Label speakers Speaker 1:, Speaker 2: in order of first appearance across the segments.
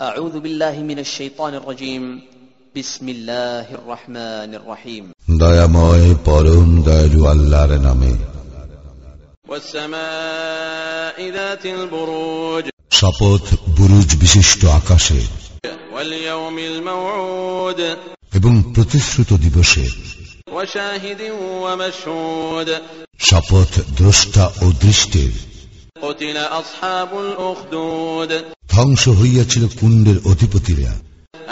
Speaker 1: أعوذ بالله من الشيطان الرجيم بسم الله الرحمن الرحيم
Speaker 2: দয়াময় পরম দয়ালু আল্লাহর নামে
Speaker 3: والسماء ذات البروج
Speaker 2: শপথ বুরুজ বিশিষ্ট আকাশে
Speaker 3: واليوم الموعود
Speaker 2: এবং প্রতিশ্রুত দিবসে
Speaker 3: وشاهد ومشهود
Speaker 2: শপথ দ্রষ্টা ও দৃষ্টির
Speaker 3: قتل أصحاب الأخدود
Speaker 2: ধ্বংস হইয়াছিল কুণ্ডের অধিপতিরা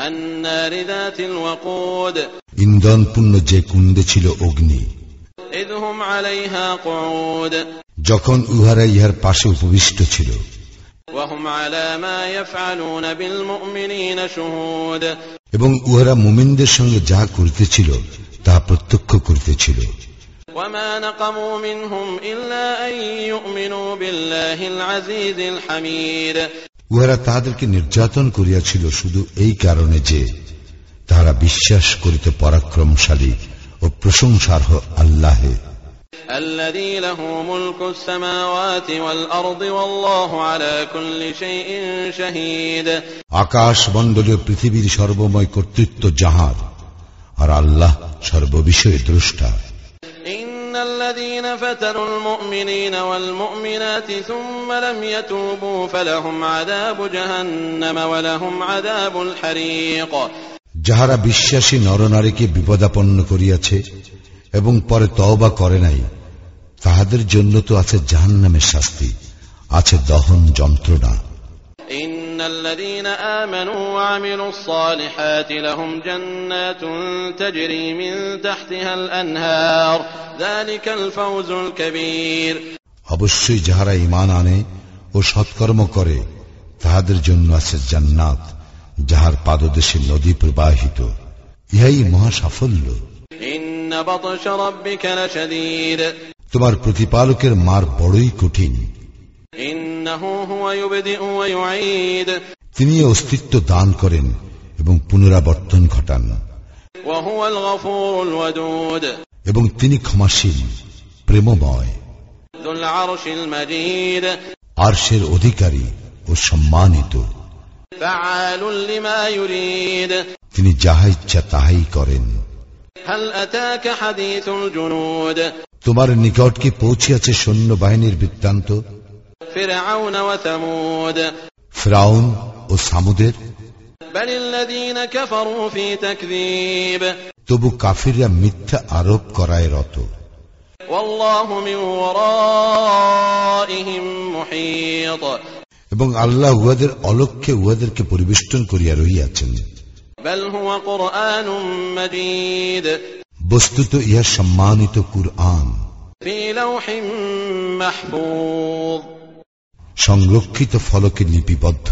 Speaker 3: النار ذات الوقود
Speaker 2: ইন্ধনপূর্ণ যে কুণ্ডে ছিল অগ্নি
Speaker 3: إذ هم عليها قعود
Speaker 2: যখন উহারা ইহার পাশে উপবিষ্ট ছিল
Speaker 3: وهم على ما يفعلون بالمؤمنين شهود
Speaker 2: এবং উহারা মুমিনদের সঙ্গে যাহা করিতেছিল তাহা প্রত্যক্ষ করিতেছিল
Speaker 3: وما نقموا منهم إلا أن يؤمنوا بالله العزيز الحميد
Speaker 2: উহারা তাহাদেরকে নির্যাতন করিয়াছিল শুধু এই কারণে যে তাহারা বিশ্বাস করিতে পরাক্রমশালী ও প্রশংসার্হ আল্লাহে
Speaker 3: الذي له ملك السماوات والأرض والله على كل شيء شهيد
Speaker 2: আকাশ মণ্ডলীয় পৃথিবীর সর্বময় কর্তৃত্ব যাহার আর আল্লাহ সর্ববিষয়ে দ্রষ্টা
Speaker 3: إن الذين فتنوا المؤمنين والمؤمنات ثم لم يتوبوا فلهم عذاب جهنم ولهم عذاب الحريق
Speaker 2: যাহারা বিশ্বাসী নরনারীকে বিপদাপন্ন করিয়াছে এবং পরে তওবা করে নাই তাহাদের জন্য তো আছে জাহান্নামের শাস্তি আছে দহন যন্ত্রণা
Speaker 3: إن الذين آمنوا وعملوا الصالحات لهم جنات تجري من تحتها الأنهار ذلك الفوز الكبير
Speaker 2: অবশ্যই যাহারা ঈমান আনে ও সৎকর্ম করে তাহাদের জন্য আছে জান্নাত যাহার পাদদেশে নদী প্রবাহিত ইহাই মহা সাফল্য
Speaker 3: إن بطش ربك لشديد
Speaker 2: তোমার প্রতিপালকের মার বড়ই কঠিন
Speaker 3: إنه هو يبدئ ويعيد
Speaker 2: তিনি অস্তিত্ব দান করেন এবং পুনরাবর্তন ঘটান
Speaker 3: وهو الغفور الودود
Speaker 2: এবং তিনি ক্ষমাসীন প্রেমময়
Speaker 3: ذو العرش المجيد
Speaker 2: আরশের অধিকারী ও সম্মানিত
Speaker 3: فعال لما يريد
Speaker 2: তিনি যাহা ইচ্ছা তাহাই করেন
Speaker 3: هل أتاك حديث الجنود
Speaker 2: তোমার নিকট কি পৌঁছিয়াছে সৈন্যবাহিনীর বৃত্তান্ত
Speaker 3: فرعون وثمود
Speaker 2: ফ্রাউন ও সামুদের
Speaker 3: بل الذين كفروا في تكذيب
Speaker 2: তবু কাফিররা মিথ্যা আরোপ করায় রত
Speaker 3: والله من ورائهم محيط
Speaker 2: এবং আল্লাহ উহাদের অলক্ষ্যে উহাদেরকে পরিবেষ্টন করিয়া রহিয়াছেন
Speaker 3: بل هو قرآن مجيد
Speaker 2: বস্তুত ইহা সম্মানিত কুরআন
Speaker 3: في لوح محفوظ
Speaker 2: সংরক্ষিত ফলকে লিপিবদ্ধ